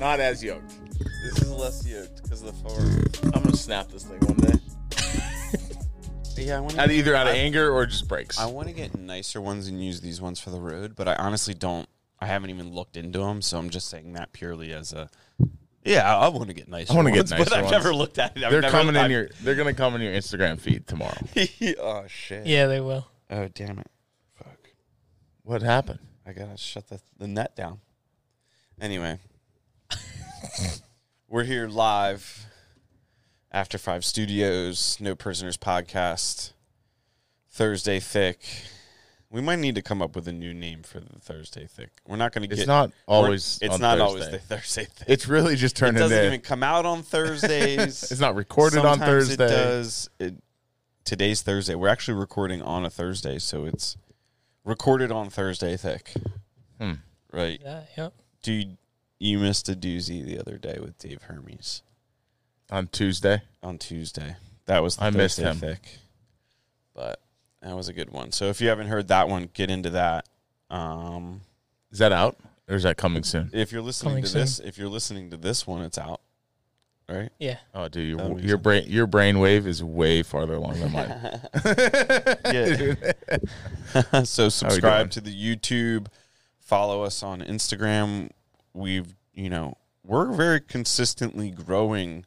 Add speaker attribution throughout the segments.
Speaker 1: Not as yoked.
Speaker 2: This is less yoked because the fork. I'm gonna snap this thing one day.
Speaker 3: Yeah, I want
Speaker 1: Out
Speaker 3: to.
Speaker 1: either out of anger or just breaks.
Speaker 3: I want to get nicer ones and use these ones for the road, but I honestly don't. I haven't even looked into them, so I'm just saying that purely as a. Yeah, I, I want to get nicer.
Speaker 1: wanna get
Speaker 3: ones,
Speaker 1: nicer
Speaker 3: but I've
Speaker 1: ones.
Speaker 3: never looked at it. I've
Speaker 1: They're
Speaker 3: never-
Speaker 1: coming in
Speaker 3: I've-
Speaker 1: your. They're gonna come in your Instagram feed tomorrow.
Speaker 2: oh shit.
Speaker 4: Yeah, they will.
Speaker 3: Oh damn it! Fuck!
Speaker 1: What happened?
Speaker 3: I gotta shut the the net down. Anyway, we're here live. After Five Studios, No Prisoners podcast, Thursday Thick. We might need to come up with a new name for the Thursday Thick. We're not going to
Speaker 1: It's
Speaker 3: get.
Speaker 1: not
Speaker 3: we're-
Speaker 1: always.
Speaker 3: It's
Speaker 1: on
Speaker 3: not
Speaker 1: Thursday.
Speaker 3: always the Thursday Thick.
Speaker 1: It's really just
Speaker 3: It
Speaker 1: turned
Speaker 3: doesn't
Speaker 1: into.
Speaker 3: even come out on Thursdays.
Speaker 1: it's not recorded
Speaker 3: Sometimes
Speaker 1: on
Speaker 3: It
Speaker 1: Thursday.
Speaker 3: does. It, today's Thursday. We're actually recording on a Thursday, so it's recorded on Thursday thick.
Speaker 1: Hmm.
Speaker 3: Right.
Speaker 4: Yeah, yep.
Speaker 3: Dude, you missed a doozy the other day with Dave Hermes
Speaker 1: on Tuesday.
Speaker 3: on Tuesday. That was the
Speaker 1: I missed
Speaker 3: Thursday
Speaker 1: him.
Speaker 3: thick. But that was a good one. So if you haven't heard that one, get into that. Um,
Speaker 1: Is that out or is that coming soon?
Speaker 3: if you're listening
Speaker 4: Coming
Speaker 3: to
Speaker 4: soon.
Speaker 3: this, if you're listening to this one, it's out. Right?
Speaker 4: Yeah.
Speaker 1: Oh, dude,
Speaker 3: That'll
Speaker 1: your,
Speaker 3: be
Speaker 1: your
Speaker 3: soon.
Speaker 1: brain your brain wave is way farther along than mine.
Speaker 3: Yeah. so subscribe
Speaker 1: doing?
Speaker 3: to the YouTube, follow us on Instagram. We've you know we're very consistently growing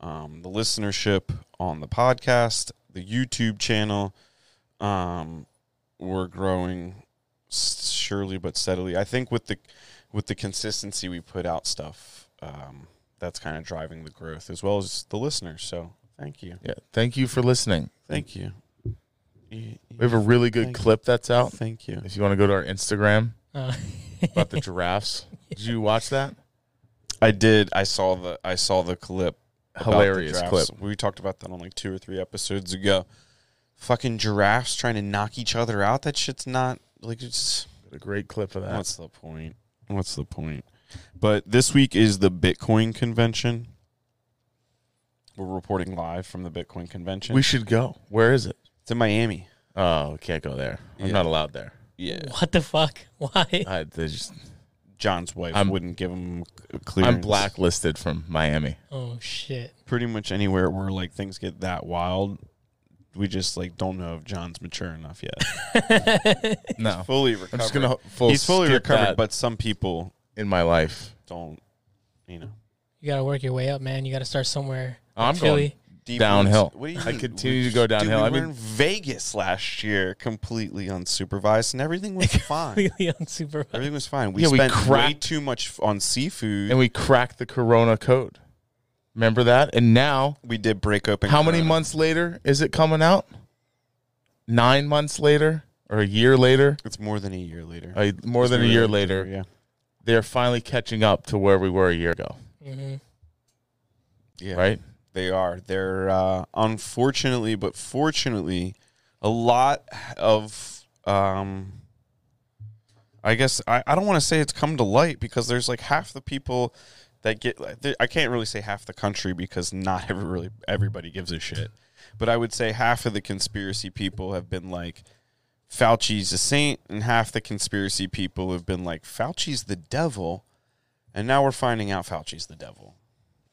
Speaker 3: um, the listenership on the podcast, the YouTube channel. Um, we're growing s- surely but steadily. I think with the with the consistency we put out stuff, um, that's kind of driving the growth as well as the listeners. So thank you,
Speaker 1: yeah. Thank you for listening.
Speaker 3: thank you. You-
Speaker 1: We have a really good
Speaker 3: Thank you.
Speaker 1: clip that's out.
Speaker 3: Thank you.
Speaker 1: If you want to go to our Instagram
Speaker 4: Uh,
Speaker 1: about the giraffes, did you watch that?
Speaker 3: I did. I saw the I saw the clip. about the
Speaker 1: Hilarious
Speaker 3: giraffes.
Speaker 1: clip.
Speaker 3: We talked about that on like two or three episodes ago. Fucking giraffes trying to knock each other out. That shit's not like it's.
Speaker 1: A great clip of that.
Speaker 3: What's the point? What's the point? But this week is the Bitcoin convention. We're reporting live from the Bitcoin convention.
Speaker 1: we should go. Where is it?
Speaker 3: it's in Miami.
Speaker 1: Oh, we can't go there. I'm
Speaker 3: Yeah.
Speaker 1: not allowed there.
Speaker 3: Yeah,
Speaker 4: What the fuck? Why?
Speaker 1: I they just
Speaker 3: John's wife
Speaker 1: I'm-
Speaker 3: wouldn't give him clear.
Speaker 1: I'm blacklisted from Miami.
Speaker 4: Oh shit.
Speaker 3: pretty much anywhere where like things get that wild, we just like don't know if John's mature enough yet.
Speaker 1: No,
Speaker 3: fully recovered.
Speaker 1: I'm just gonna full
Speaker 3: He's fully
Speaker 1: skip
Speaker 3: recovered,
Speaker 1: that
Speaker 3: but some people
Speaker 1: in my life,
Speaker 3: don't. You know,
Speaker 4: You gotta work your way up, man. You gotta start somewhere.
Speaker 1: Oh, I'm
Speaker 4: Chili.
Speaker 3: Deep
Speaker 1: Downhill.
Speaker 3: What do you
Speaker 1: I
Speaker 3: mean?
Speaker 1: continue
Speaker 3: We-
Speaker 1: to go
Speaker 3: dude,
Speaker 1: downhill.
Speaker 3: we
Speaker 1: I
Speaker 3: were
Speaker 1: mean-
Speaker 3: in Vegas last year, completely unsupervised, and everything was fine.
Speaker 4: Completely unsupervised.
Speaker 3: everything was fine. We
Speaker 1: Yeah, we
Speaker 3: spent way
Speaker 1: cracked-
Speaker 3: too much f- on seafood.
Speaker 1: and we cracked the Corona code. Remember that? And now
Speaker 3: we did break open.
Speaker 1: How many
Speaker 3: Corona.
Speaker 1: months later is it coming out? Nine months later or a year later?
Speaker 3: It's more than a year later.
Speaker 1: Uh, more than a year later,
Speaker 3: Yeah.
Speaker 1: they're finally catching up to where we were a year ago,
Speaker 4: Mm-hmm.
Speaker 3: Yeah.
Speaker 1: right?
Speaker 3: They are. They're uh, unfortunately, but fortunately, a lot of. Um, I guess I, I don't want to say it's come to light because there's like half the people that get. like, there- I can't really say half the country because not every, really everybody gives a shit. But I would say half of the conspiracy people have been like, Fauci's a saint, and half the conspiracy people have been like, Fauci's the devil. And now we're finding out Fauci's the devil.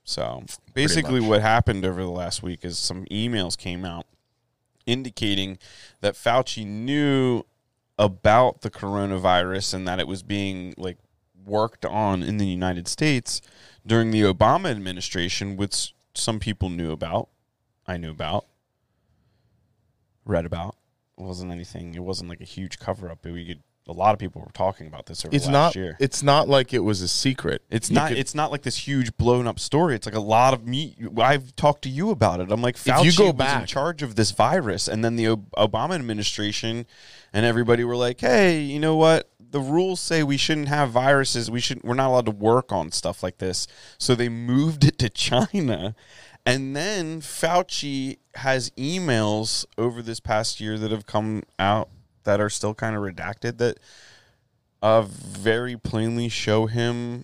Speaker 3: So basically,
Speaker 1: much.
Speaker 3: what happened over the last week is some emails came out indicating that Fauci knew about the coronavirus and that it was being like worked on in the United States during the Obama administration, which some people knew about. I knew about, read about. It wasn't anything. It wasn't like a huge cover up. We could. A lot of people were talking about this over
Speaker 1: It's
Speaker 3: last
Speaker 1: not
Speaker 3: year.
Speaker 1: it's not like it was a secret.
Speaker 3: It's
Speaker 1: You
Speaker 3: not.
Speaker 1: could-
Speaker 3: it's not like this huge blown up story. It's like a lot of me. I've talked to you about it. I'm like, Fauci
Speaker 1: you go
Speaker 3: was in
Speaker 1: back-
Speaker 3: charge of this virus, and then the Ob- Obama administration and everybody were like, hey, you know what? The rules say we shouldn't have viruses. We should. We're not allowed to work on stuff like this. So they moved it to China, and then Fauci has emails over this past year that have come out that are still kind of redacted that uh, very plainly show him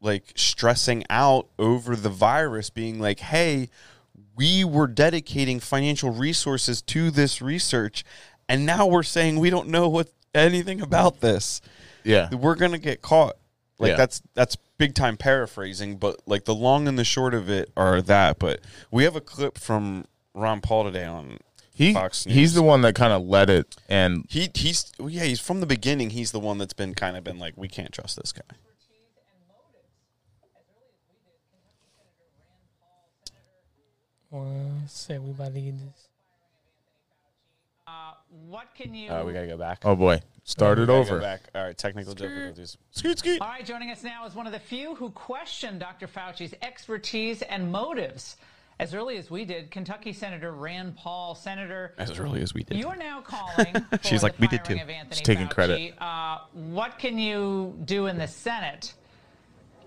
Speaker 3: like stressing out over the virus, being like, hey, we were dedicating financial resources to this research, and now we're saying we don't know what anything about this.
Speaker 1: yeah.
Speaker 3: We're gonna get caught. Like
Speaker 1: Yeah.
Speaker 3: that's that's big time paraphrasing, but like the long and the short of it are that. But we have a clip from Ron Paul today on
Speaker 1: He
Speaker 3: Fox News.
Speaker 1: he's the one that kind of led it, and
Speaker 3: he he's well, yeah he's from the beginning. He's the one that's been kind of been like we can't trust this guy.
Speaker 4: Well, say we about to get this.
Speaker 5: Uh, what can you?
Speaker 3: Uh, we gotta go back.
Speaker 1: oh boy, started
Speaker 3: Gotta go
Speaker 1: over.
Speaker 3: back. All right, technical difficulties. Scoot scoot.
Speaker 5: All right, joining us now is one of the few who questioned Dr. Fauci's expertise and motives. As early as we did, Kentucky Senator Rand Paul, Senator,
Speaker 3: As early as we did.
Speaker 5: you're now calling. For
Speaker 3: She's
Speaker 5: the
Speaker 3: like, "We did
Speaker 5: firing
Speaker 3: too."
Speaker 5: of Anthony
Speaker 1: She's taking
Speaker 5: Fauci.
Speaker 1: credit.
Speaker 5: Uh, what can you do in the Senate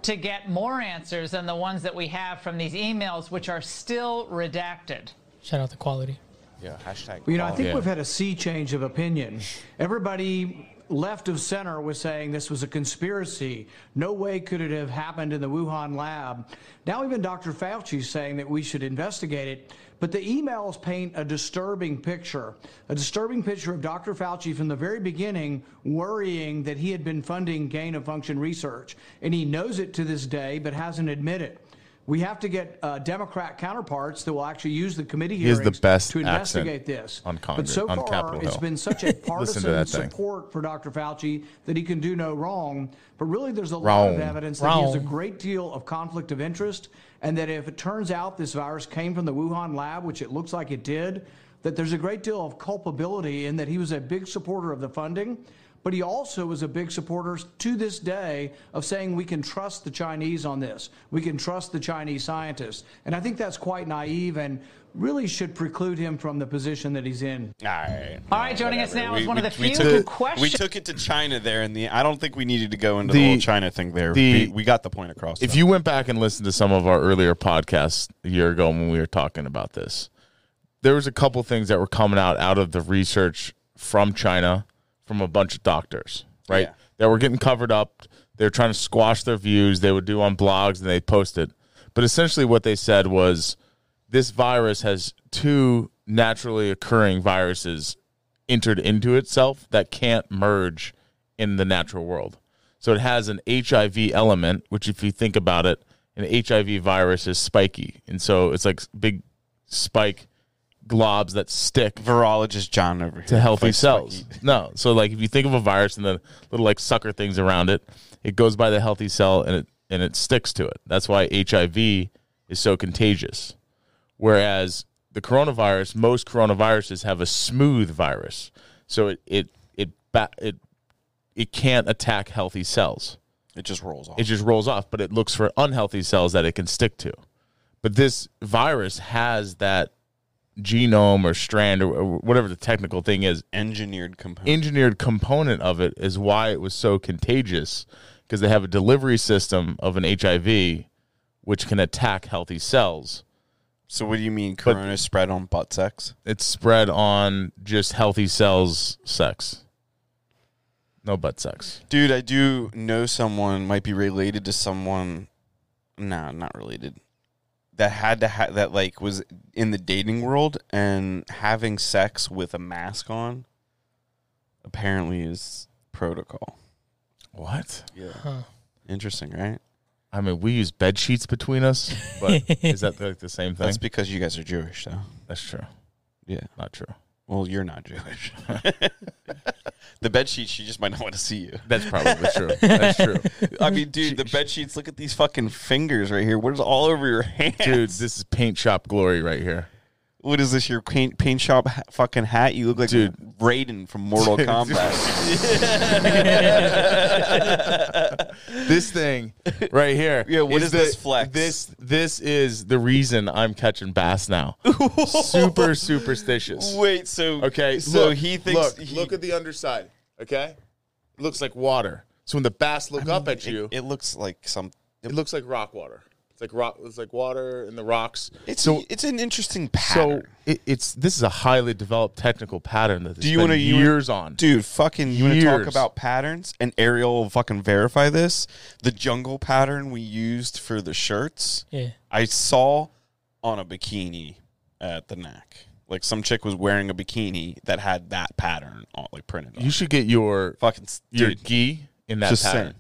Speaker 5: to get more answers than the ones that we have from these emails, which are still redacted?
Speaker 4: Shout out the quality.
Speaker 3: Oh, Yeah. Hashtag.
Speaker 6: Well, you know, I think
Speaker 1: Yeah.
Speaker 6: we've had a sea change of opinion. Everybody left of center was saying this was a conspiracy. No way could it have happened in the Wuhan lab. Now even Dr. Fauci is saying that we should investigate it. But the emails paint a disturbing picture, a disturbing picture of Dr. Fauci from the very beginning worrying that he had been funding gain of function research. And he knows it to this day, but hasn't admitted it. We have to get uh, Democrat counterparts that will actually use the committee
Speaker 1: has
Speaker 6: hearings
Speaker 1: the best
Speaker 6: to
Speaker 1: accent
Speaker 6: investigate this.
Speaker 1: on
Speaker 6: but
Speaker 1: Congress- on
Speaker 6: so far,
Speaker 1: Capitol
Speaker 6: it's
Speaker 1: Hill.
Speaker 6: been such a
Speaker 1: Listen to that
Speaker 6: partisan
Speaker 1: thing.
Speaker 6: support for Dr. Fauci that he can do no wrong. But really, there's a lot
Speaker 1: Wrong.
Speaker 6: of evidence that he has a
Speaker 4: Wrong.
Speaker 6: great deal of conflict of interest, and that if it turns out this virus came from the Wuhan lab, which it looks like it did, that there's a great deal of culpability in that he was a big supporter of the funding. But he also was a big supporter to this day of saying we can trust the Chinese on this. We can trust the Chinese scientists. And I think that's quite naive and really should preclude him from the position that he's in.
Speaker 3: All right.
Speaker 5: All right, joining us now is one of the few
Speaker 3: took
Speaker 5: who
Speaker 3: it- We
Speaker 5: questioned.
Speaker 3: took it to China there, and the I don't think we needed to go into the,
Speaker 1: The-
Speaker 3: whole China thing there.
Speaker 1: the-
Speaker 3: we, we got the point across.
Speaker 1: If you went back and listened to some of our earlier podcasts a year ago when we were talking about this, there was a couple things that were coming out out of the research from China from a bunch of doctors, right?
Speaker 3: Yeah.
Speaker 1: That were getting covered up. They were trying to squash their views. They would do on blogs and they post it. But essentially, what they said was this virus has two naturally occurring viruses entered into itself that can't merge in the natural world. So it has an HIV element, which, if you think about it, an HIV virus is spiky. And so it's like big spike globs that stick
Speaker 3: virologist John over here
Speaker 1: to healthy
Speaker 3: fights
Speaker 1: cells.
Speaker 3: like
Speaker 1: No. So, like, if you think of a virus and the little like sucker things around it, it goes by the healthy cell and it, and it sticks to it. That's why HIV is so contagious. Whereas the coronavirus, most coronaviruses have a smooth virus, so it it it ba- it it can't attack healthy cells.
Speaker 3: he- it just rolls off.
Speaker 1: It just rolls off, but it looks for unhealthy cells that it can stick to. But this virus has that genome or strand or- or whatever the technical thing is
Speaker 3: Engineered component.
Speaker 1: engineered component of it is why it was so contagious because they have a delivery system of an HIV which can attack healthy cells.
Speaker 3: so what do you mean? Corona spread on butt sex?
Speaker 1: It's spread on just healthy cells sex. No butt sex.
Speaker 3: Dude, I do know someone might be related to someone. No, not related. That had to ha- that like was in the dating world and having sex with a mask on. Apparently, is protocol.
Speaker 1: What?
Speaker 3: Yeah. Interesting, right?
Speaker 1: I mean, we use bed sheets between us, but is that like the same thing?
Speaker 3: That's because you guys are Jewish, though.
Speaker 1: That's true.
Speaker 3: Yeah.
Speaker 1: Not true.
Speaker 3: Well, you're not Jewish. the bed sheets, she just might not want to see you.
Speaker 1: That's probably true. That's true.
Speaker 3: I mean, dude, the bed sheets. Look at these fucking fingers right here. What is all over your hand,
Speaker 1: Dude, this is paint shop glory right here.
Speaker 3: What is this? Your paint paint shop ha- fucking hat? You look like
Speaker 1: Dude.
Speaker 3: Raiden from Mortal Kombat.
Speaker 1: this thing right here.
Speaker 3: Yeah, what is
Speaker 1: the-
Speaker 3: this flex?
Speaker 1: This this is the reason I'm catching bass now. Super superstitious.
Speaker 3: Wait, so
Speaker 1: Okay,
Speaker 3: so
Speaker 1: look,
Speaker 3: he thinks
Speaker 1: Look,
Speaker 3: he-
Speaker 1: look at the underside. Okay, looks like water. So when the bass look up at you, it,
Speaker 3: It looks like some.
Speaker 1: looks like rock water. It's like rock. It's like water in the rocks.
Speaker 3: It's
Speaker 1: so
Speaker 3: it's an interesting
Speaker 1: so
Speaker 3: pattern.
Speaker 1: it, it's this is a highly developed technical pattern that
Speaker 3: Do you
Speaker 1: want
Speaker 3: wanna-
Speaker 1: to
Speaker 3: you wanna-
Speaker 1: years on?
Speaker 3: Dude, fucking, you want to talk
Speaker 1: Years.
Speaker 3: about patterns? And Ariel will fucking verify this. The jungle pattern we used for the shirts,
Speaker 4: Yeah.
Speaker 3: I saw on a bikini at the neck. Like some chick was wearing a bikini that had that pattern on, like printed on.
Speaker 1: You should get your
Speaker 3: fucking s-
Speaker 1: your
Speaker 3: dude,
Speaker 1: gi in that
Speaker 3: just
Speaker 1: pattern.
Speaker 3: saying.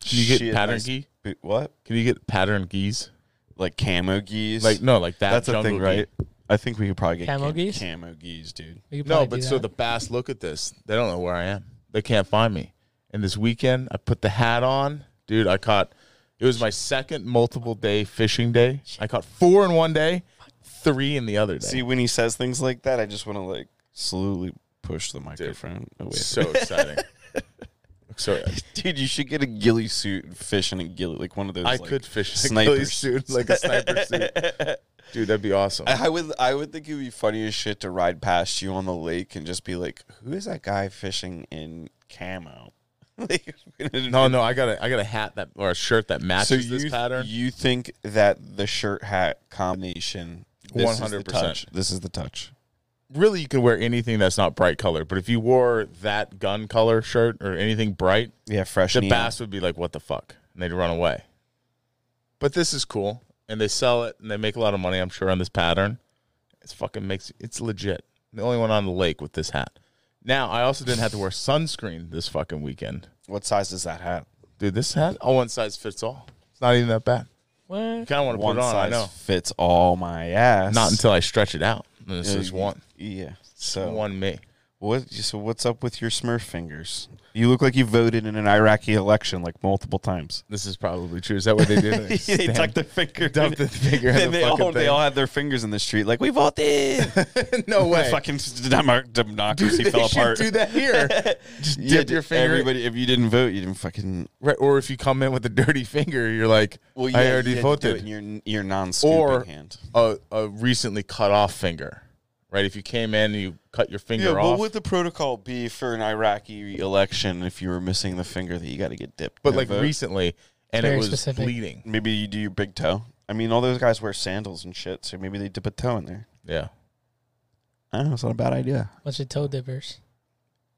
Speaker 1: Can you get
Speaker 3: Shit,
Speaker 1: pattern
Speaker 3: nice-
Speaker 1: gi?
Speaker 3: Wait, What?
Speaker 1: Can you get pattern geese?
Speaker 3: Like camo geese?
Speaker 1: Like no, like that.
Speaker 3: that's a
Speaker 1: jungle
Speaker 3: thing,
Speaker 1: gi.
Speaker 3: right? I think we could probably get
Speaker 4: Camo
Speaker 3: cam-
Speaker 4: geese?
Speaker 3: Camo geese, dude.
Speaker 4: We could
Speaker 1: No,
Speaker 4: probably
Speaker 1: but
Speaker 4: do
Speaker 1: so the
Speaker 4: that.
Speaker 1: bass look at this. They don't know where I am. They can't find me. And this weekend, I put the hat on, dude. I caught. It was my second multiple day fishing day. I caught four in one day, three in the other day.
Speaker 3: See, when he says things like that, I just want to like slowly push the microphone away.
Speaker 1: so exciting. so
Speaker 3: Dude, you should get a ghillie suit and fish in a ghillie, like one of those.
Speaker 1: I
Speaker 3: like,
Speaker 1: could fish a
Speaker 3: sniper
Speaker 1: ghillie suit like a sniper suit, dude. That'd be awesome.
Speaker 3: I would, I would think it would be funny as shit to ride past you on the lake and just be like, "Who is that guy fishing in camo?" like,
Speaker 1: No, no, I got a I got a hat that or a shirt that
Speaker 3: so
Speaker 1: matches
Speaker 3: you,
Speaker 1: this pattern.
Speaker 3: you think that the shirt hat combination? this is the
Speaker 1: 100%.
Speaker 3: touch. This is the touch.
Speaker 1: really, you can wear anything that's not bright colored. But if you wore that gun color shirt or anything bright,
Speaker 3: Yeah, fresh.
Speaker 1: the
Speaker 3: neon.
Speaker 1: bass would be like, "What the fuck?" and they'd run away. But this is cool, and they sell it, and they make a lot of money, I'm sure, on this pattern. It's fucking makes it's legit. I'm the only one on the lake with this hat. Now, I also didn't have to wear sunscreen this fucking weekend,
Speaker 3: What size is that hat?
Speaker 1: dude. This hat, all one size fits all. It's not even that bad.
Speaker 4: What?
Speaker 1: Kind of want to put
Speaker 3: One
Speaker 1: it on. I
Speaker 3: size
Speaker 1: know.
Speaker 3: fits all my ass.
Speaker 1: Not until I stretch it out. And it's
Speaker 3: Yeah,
Speaker 1: just
Speaker 3: you-
Speaker 1: one,
Speaker 3: Yeah. So
Speaker 1: one me.
Speaker 3: What? So what's up with your Smurf fingers? You look like you voted in an Iraqi election like multiple times.
Speaker 1: This is probably true. Is that what they did? Stand-
Speaker 3: finger.
Speaker 1: Dumped the finger in
Speaker 3: Then
Speaker 1: the
Speaker 3: they
Speaker 1: fucking
Speaker 3: all they
Speaker 1: thing.
Speaker 3: all had their fingers in the street. Like we voted.
Speaker 1: no
Speaker 3: the
Speaker 1: way.
Speaker 3: fucking democ- democracy
Speaker 1: Dude,
Speaker 3: fell
Speaker 1: they should
Speaker 3: apart.
Speaker 1: do that here. Just dip
Speaker 3: Yeah,
Speaker 1: your finger.
Speaker 3: Everybody, if you didn't vote, you didn't fucking.
Speaker 1: Right, or if you come in with a dirty finger, you're like, I already voted.
Speaker 3: Your your non
Speaker 1: Or
Speaker 3: scooping hand.
Speaker 1: a, a recently cut off finger. Right? If you came in and you cut your finger
Speaker 3: Yeah,
Speaker 1: off.
Speaker 3: what would the protocol be for an Iraqi election if you were missing the finger that you got to get dipped?
Speaker 1: but
Speaker 3: to
Speaker 1: like
Speaker 3: vote?
Speaker 1: recently, and it
Speaker 4: Very
Speaker 1: was
Speaker 4: specific.
Speaker 1: bleeding.
Speaker 3: maybe you do your big toe. I mean, all those guys wear sandals and shit, so maybe they dip a toe in there.
Speaker 1: Yeah.
Speaker 3: I don't know. It's not a bad idea.
Speaker 4: Bunch of toe dippers.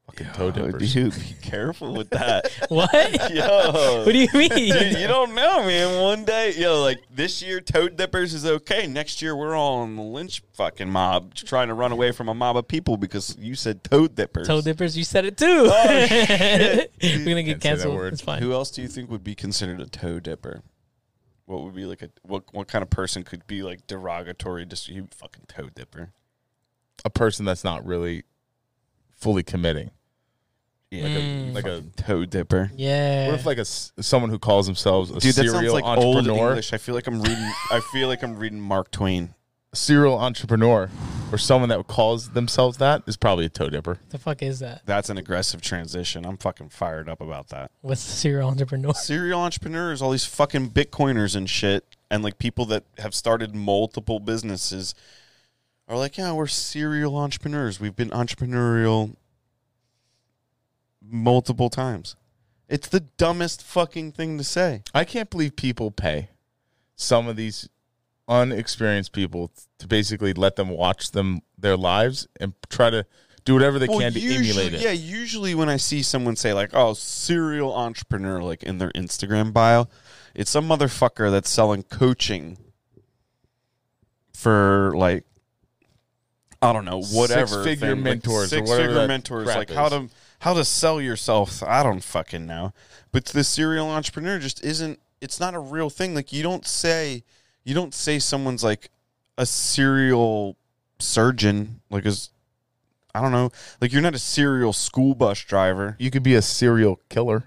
Speaker 1: Fucking toe dippers.
Speaker 3: Oh, Dude, be careful with that.
Speaker 4: What?
Speaker 3: yo.
Speaker 4: what do you mean?
Speaker 3: Dude, you don't know, man. One day, yo, like this year, Toad Dippers is okay. Next year, we're all in the lynch fucking mob trying to run away from a mob of people because you said Toad Dippers.
Speaker 4: toe dippers. You said it too. We're gonna get
Speaker 1: Oh, Can't say that
Speaker 4: canceled.
Speaker 1: word.
Speaker 4: It's fine.
Speaker 3: Who else do you think would be considered a Toe Dipper? What would be like a what? What kind of person could be like derogatory? Just you fucking Toe Dipper.
Speaker 1: A person that's not really fully committing.
Speaker 3: Yeah,
Speaker 1: Like a, like a
Speaker 3: Toe Dipper.
Speaker 4: Mm. yeah.
Speaker 1: what if like a s- someone who calls themselves a
Speaker 3: Dude, that
Speaker 1: serial
Speaker 3: sounds like old
Speaker 1: entrepreneur?
Speaker 3: English. I feel like I'm reading. I feel like I'm reading Mark Twain.
Speaker 1: serial entrepreneur or someone that calls themselves that is probably a toe dipper.
Speaker 4: the fuck is that?
Speaker 3: That's an aggressive transition. I'm fucking fired up about that.
Speaker 4: What's the serial entrepreneur?
Speaker 3: Serial entrepreneurs, all these fucking Bitcoiners and shit, and like people that have started multiple businesses are like, yeah, we're serial entrepreneurs. We've been entrepreneurial multiple times. It's the dumbest fucking thing to say.
Speaker 1: I can't believe people pay some of these unexperienced people to basically let them watch them their lives and try to do whatever they can to
Speaker 3: usually,
Speaker 1: emulate it.
Speaker 3: Yeah, usually when I see someone say like, "Oh, serial entrepreneur," like in their Instagram bio, it's some motherfucker that's selling coaching for like, I don't know, whatever
Speaker 1: Six-figure
Speaker 3: thing,
Speaker 1: mentors or
Speaker 3: like six
Speaker 1: whatever that
Speaker 3: figure mentors,
Speaker 1: crap
Speaker 3: like how
Speaker 1: is.
Speaker 3: to how to sell yourself. I don't fucking know, but the serial entrepreneur just isn't. It's not a real thing. Like you don't say, you don't say someone's like a serial surgeon, like as I don't know, like you're not a serial school bus driver.
Speaker 1: You could be a serial killer.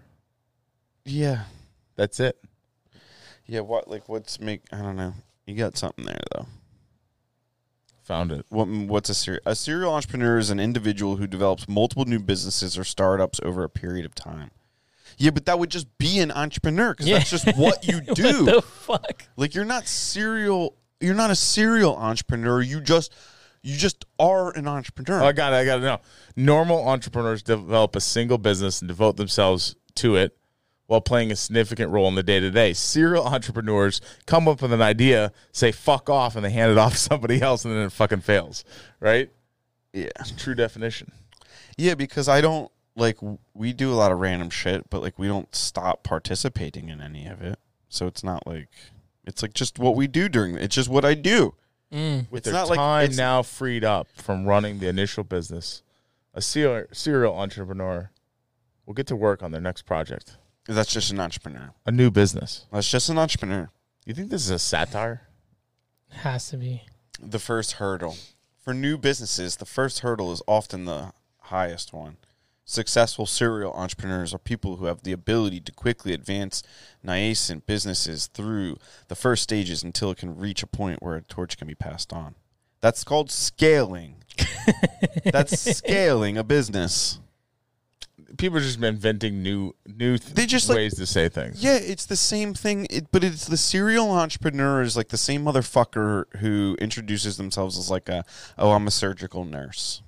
Speaker 3: Yeah,
Speaker 1: That's it.
Speaker 3: yeah. What like what's make? I don't know. You got something there though.
Speaker 1: Found it.
Speaker 3: What what's a serial? A serial entrepreneur is an individual who develops multiple new businesses or startups over a period of time. Yeah, but that would just be an entrepreneur because
Speaker 4: Yeah.
Speaker 3: that's just what you do.
Speaker 4: What the fuck?
Speaker 3: Like you're not serial. You're not a serial entrepreneur. You just you just are an entrepreneur.
Speaker 1: Oh, I got it. I got it now. Normal entrepreneurs develop a single business and devote themselves to it while playing a significant role in the day to day. Serial entrepreneurs come up with an idea, say fuck off, and they hand it off to somebody else, and then it fucking fails. Right?
Speaker 3: yeah.
Speaker 1: True definition.
Speaker 3: Yeah, because I don't like w- we do a lot of random shit, but like we don't stop participating in any of it. So it's not like it's like just what we do during it's just what I do.
Speaker 4: Mm.
Speaker 1: With
Speaker 3: It's
Speaker 1: their
Speaker 3: not like-
Speaker 1: time
Speaker 3: it's-
Speaker 1: now freed up from running the initial business, a serial, serial entrepreneur will get to work on their next project.
Speaker 3: That's just an entrepreneur.
Speaker 1: A new business.
Speaker 3: That's just an entrepreneur.
Speaker 1: You think this is a satire?
Speaker 4: Has to be.
Speaker 3: The first hurdle for new businesses, the first hurdle is often the highest one. Successful serial entrepreneurs are people who have the ability to quickly advance nascent businesses through the first stages until it can reach a point where a torch can be passed on. That's called scaling. That's scaling a business.
Speaker 1: People have just been inventing new new th-
Speaker 3: They just, like-
Speaker 1: ways to say things.
Speaker 3: Yeah, it's the same thing, it, but it's the serial entrepreneur is like the same motherfucker who introduces themselves as like a, oh, I'm a surgical nurse.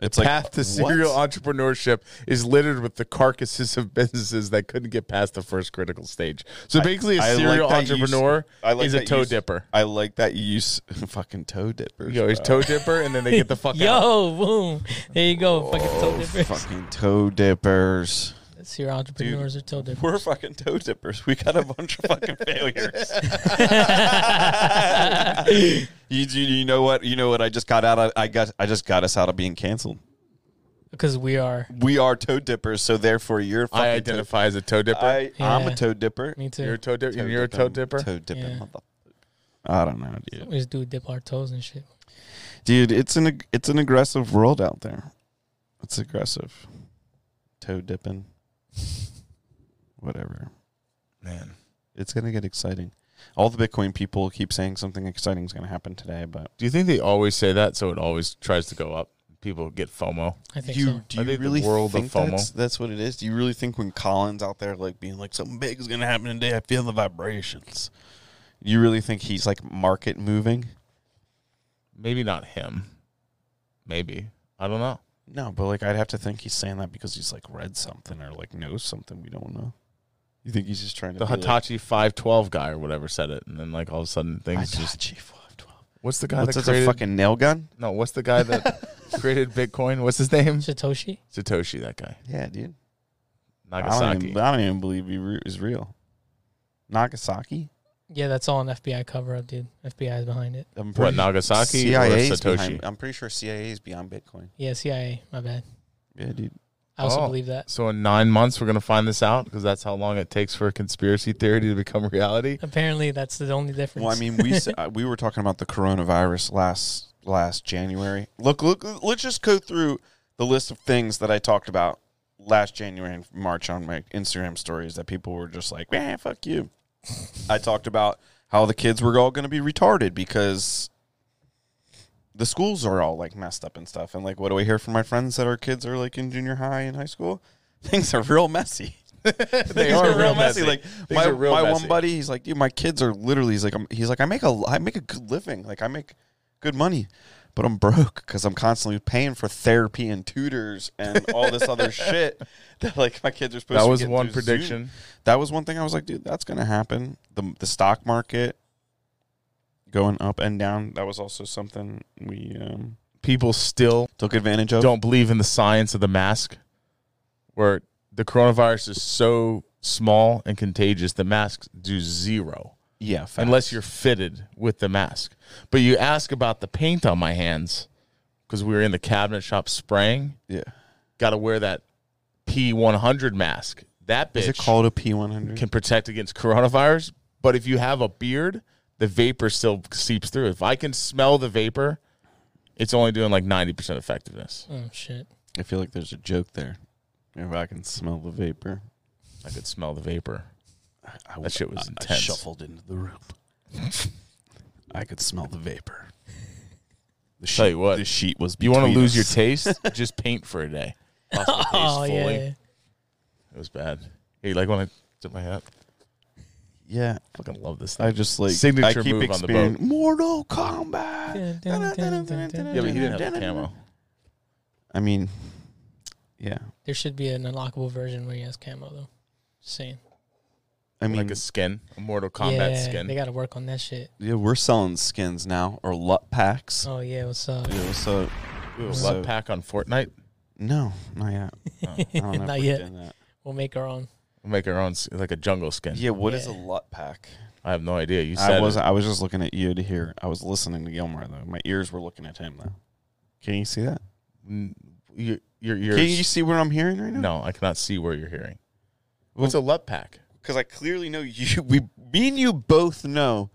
Speaker 3: It's like
Speaker 1: Path to
Speaker 3: what?
Speaker 1: serial entrepreneurship is littered with the carcasses of businesses that couldn't get past the first critical stage. So basically, a
Speaker 3: I like
Speaker 1: serial
Speaker 3: that you s-
Speaker 1: entrepreneur
Speaker 3: I like
Speaker 1: is a
Speaker 3: that
Speaker 1: toe
Speaker 3: you s-
Speaker 1: dipper.
Speaker 3: I like that you use fucking toe dippers.
Speaker 1: You know, he's
Speaker 3: bro.
Speaker 1: toe dipper, and then they get the fuck out. Oh,
Speaker 4: Yo, boom. There you go. fucking toe dippers.
Speaker 3: Oh, fucking toe dippers.
Speaker 4: See, your entrepreneurs are toe dippers.
Speaker 3: We're fucking toe dippers. We got a bunch of fucking failures. you, you, you know what? You know what? I just got out. Of, I got. I just got us out of being canceled.
Speaker 4: Because we are.
Speaker 3: We are toe dippers, so therefore you're. Fucking
Speaker 1: I identify as a toe dipper.
Speaker 3: Toe, I, I'm
Speaker 4: Yeah.
Speaker 3: a toe dipper.
Speaker 4: Me too.
Speaker 1: you're a toe dipper.
Speaker 3: Toe
Speaker 1: you're a toe dipper.
Speaker 3: Toe dipper.
Speaker 4: Yeah.
Speaker 3: motherfucker. I don't know, dude.
Speaker 4: we just do dip our toes and shit.
Speaker 3: Dude, it's an ag- it's an aggressive world out there. It's aggressive. Toe dipping. Whatever.
Speaker 1: Man,
Speaker 3: It's gonna get exciting. All the Bitcoin people keep saying something exciting is gonna happen today, but
Speaker 1: do you think they always say that so it always tries to go up? People get FOMO.
Speaker 4: I think
Speaker 3: you
Speaker 4: so.
Speaker 3: do
Speaker 1: I
Speaker 3: you
Speaker 1: think the
Speaker 3: really
Speaker 1: world of
Speaker 3: think
Speaker 1: FOMO.
Speaker 3: that's that's what it is? Do you really think when Colin's out there like being like something big is gonna happen today, I feel the vibrations. You really think he's like market moving?
Speaker 1: Maybe not him. Maybe I don't know.
Speaker 3: No, but like I'd have to think he's saying that because he's like read something or like knows something we don't know. You think he's just trying to
Speaker 1: The
Speaker 3: be, like-
Speaker 1: Hitachi 512 guy or whatever said it, and then like all of a sudden things just.
Speaker 3: Hitachi 512.
Speaker 1: What's the guy
Speaker 3: What's
Speaker 1: that
Speaker 3: that's
Speaker 1: created?
Speaker 3: a fucking nail gun?
Speaker 1: no, what's the guy that created Bitcoin? What's his name?
Speaker 4: Satoshi?
Speaker 1: Satoshi. That guy.
Speaker 3: Yeah, dude. I don't,
Speaker 1: Nagasaki.
Speaker 3: even, I don't even believe he re- is real. Nagasaki?
Speaker 4: Yeah, that's all an FBI cover up, dude. FBI is behind it.
Speaker 3: I'm
Speaker 1: What
Speaker 3: pretty-
Speaker 1: Nagasaki
Speaker 3: CIA
Speaker 1: or
Speaker 3: 's
Speaker 1: Satoshi?
Speaker 3: behind- I'm pretty sure CIA is beyond Bitcoin.
Speaker 4: Yeah, CIA. My bad.
Speaker 3: Yeah, dude.
Speaker 4: I also
Speaker 1: Oh.
Speaker 4: believe that.
Speaker 1: So in nine months, we're gonna find this out because that's how long it takes for a conspiracy theory to become reality.
Speaker 4: Apparently, that's the only difference.
Speaker 3: Well, I mean, we s- uh, we were talking about the coronavirus last last January. Look, look, let's just go through the list of things that I talked about last January and March on my Instagram stories that people were just like, "Man, fuck you." I talked about how the kids were all going to be retarded because the schools are all like messed up and stuff. And like, what do I hear from my friends that our kids are like in junior high and high school? Things are real messy. Things
Speaker 1: are
Speaker 3: are
Speaker 1: real
Speaker 3: real messy.
Speaker 1: messy.
Speaker 3: Like
Speaker 1: Things
Speaker 3: my,
Speaker 1: are real
Speaker 3: my
Speaker 1: messy.
Speaker 3: one buddy, he's like, dude, my kids are literally. He's like, I'm, he's like, I make a, I make a good living. Like I make good money, but I'm broke because I'm constantly paying for therapy and tutors and all this other shit that like my kids are supposed.
Speaker 1: That
Speaker 3: to
Speaker 1: was
Speaker 3: get
Speaker 1: one
Speaker 3: through Zoom.
Speaker 1: prediction.
Speaker 3: That was one thing I was like, dude, that's gonna happen. The the stock market going up and down. That was also something we um,
Speaker 1: People still
Speaker 3: took advantage of.
Speaker 1: don't believe in the science of the mask, where the coronavirus is so small and contagious, the masks do zero
Speaker 3: yeah, facts.
Speaker 1: unless you're fitted with the mask. But you ask about the paint on my hands because we were in the cabinet shop spraying.
Speaker 3: yeah.
Speaker 1: Got to wear that P100 mask. That bitch
Speaker 3: Is it called a P one hundred?
Speaker 1: can protect against coronavirus. But if you have a beard, the vapor still seeps through. If I can smell the vapor, it's only doing like 90% effectiveness.
Speaker 3: Mm.
Speaker 4: oh, shit.
Speaker 3: I feel like there's a joke there. If I can smell the vapor.
Speaker 1: I could smell the vapor.
Speaker 3: I
Speaker 1: That shit was intense.
Speaker 3: into the room. I could smell the vapor. The sheet,
Speaker 1: Tell you what.
Speaker 3: the sheet was.
Speaker 1: You want to
Speaker 3: between
Speaker 1: lose your
Speaker 3: us.
Speaker 1: taste? Just paint for a day. Lost my taste
Speaker 4: Oh, yeah.
Speaker 1: fully.
Speaker 4: yeah.
Speaker 1: It was bad. Hey, like when I took my hat?
Speaker 3: Yeah,
Speaker 1: Fucking love this thing.
Speaker 3: I just like
Speaker 1: Signature
Speaker 3: I keep
Speaker 1: move on the
Speaker 3: expanding,
Speaker 1: boat.
Speaker 3: Mortal Kombat.
Speaker 4: Dun, dun, dun, dun,
Speaker 1: yeah, but he didn't have the camo.
Speaker 3: I mean, yeah.
Speaker 4: There should be an unlockable version where he has camo, though. Just saying.
Speaker 3: I mean,
Speaker 1: Like a skin, a Mortal Kombat
Speaker 4: yeah,
Speaker 1: skin.
Speaker 4: They got to work on that shit.
Speaker 3: yeah, we're selling skins now or LUT packs.
Speaker 4: Oh, yeah, what's up?
Speaker 3: Yeah, what's up?
Speaker 1: Ooh, a
Speaker 3: So-
Speaker 1: LUT pack on Fortnite.
Speaker 3: No, not yet. I don't know if
Speaker 4: Not
Speaker 3: we're
Speaker 4: yet.
Speaker 3: doing that.
Speaker 4: We'll make our own.
Speaker 1: We'll make our own, s- like a jungle skin.
Speaker 3: Yeah, what is
Speaker 4: Yeah.
Speaker 3: a LUT pack?
Speaker 1: I have no idea. You said
Speaker 3: I
Speaker 1: it.
Speaker 3: was I was just looking at you to hear. I was listening to Gilmore though. My ears were looking at him though. Can you see that?
Speaker 1: Mm, your, your ears.
Speaker 3: Can you see what I'm hearing right now?
Speaker 1: No, I cannot see where you're hearing. What's a LUT pack?
Speaker 3: because I clearly know you. We, me, and you both know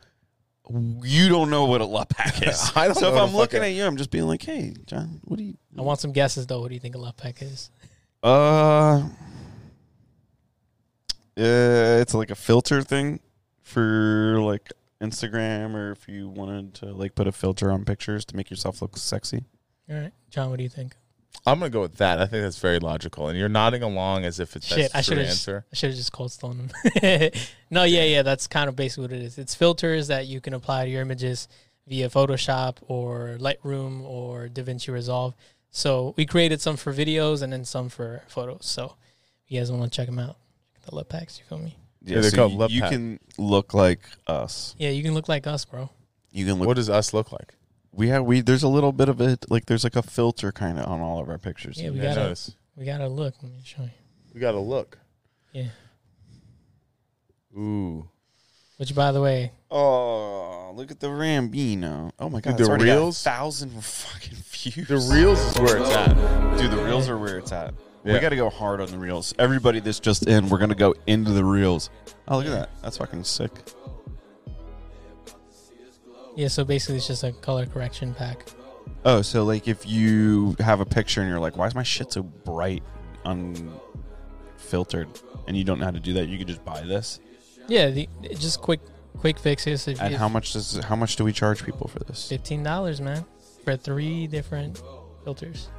Speaker 3: you don't know what a LUT pack is.
Speaker 1: I don't
Speaker 3: so
Speaker 1: know
Speaker 3: if
Speaker 1: what
Speaker 3: I'm
Speaker 1: a
Speaker 3: looking
Speaker 1: fucking-
Speaker 3: at you, I'm just being like, "Hey, John, what do you?"
Speaker 4: I want some guesses though. What do you think a left pack is?
Speaker 3: Uh, yeah, it's like a filter thing for like Instagram, or if you wanted to like put a filter on pictures to make yourself look sexy.
Speaker 4: All right, John. What do you think?
Speaker 1: I'm gonna go with that. I think that's very logical, and you're nodding along as if it's
Speaker 4: Shit, I
Speaker 1: that's the
Speaker 4: should
Speaker 1: true
Speaker 4: have.
Speaker 1: answer.
Speaker 4: I should have just cold stoned him. no, yeah, yeah. That's kind of basically what it is. It's filters that you can apply to your images via Photoshop or Lightroom or DaVinci Resolve. So we created some for videos and then some for photos. So if you guys want to check them out. The lip packs, you feel me?
Speaker 1: Yeah, they're called
Speaker 3: you,
Speaker 1: LUT
Speaker 3: you
Speaker 1: pack.
Speaker 3: can look like us.
Speaker 4: Yeah, you can look like us, bro.
Speaker 3: You can look.
Speaker 1: What does us look like?
Speaker 3: we have we. There's a little bit of it. Like there's like a filter kind of on all of our pictures.
Speaker 4: Yeah, we
Speaker 1: Yeah,
Speaker 4: gotta
Speaker 1: notice.
Speaker 4: we gotta look. Let me show you.
Speaker 1: We got to look.
Speaker 4: Yeah.
Speaker 1: Ooh,
Speaker 4: Which, by the way,
Speaker 3: Oh, look at the Rambino. Oh my god,
Speaker 1: the
Speaker 3: it's already got a
Speaker 1: reels?
Speaker 3: thousand fucking views.
Speaker 1: the reels is where it's at.
Speaker 3: Dude, the reels are where it's at.
Speaker 1: Yeah.
Speaker 3: We got to go hard on the reels. Everybody that's just in, we're gonna go into the reels. Oh, look at that. That's fucking sick.
Speaker 4: yeah. So basically, it's just a color correction pack.
Speaker 3: Oh, so like if you have a picture and you're like, why is my shit so bright, unfiltered, and you don't know how to do that, you could just buy this.
Speaker 4: Yeah, the, just quick quick fixes. If,
Speaker 3: And
Speaker 4: if-
Speaker 3: how much does how much do we charge people for this?
Speaker 4: Fifteen dollars, man, for three different filters.